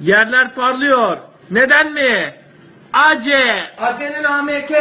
Yerler parlıyor. Neden mi? Ace. Acele AMK.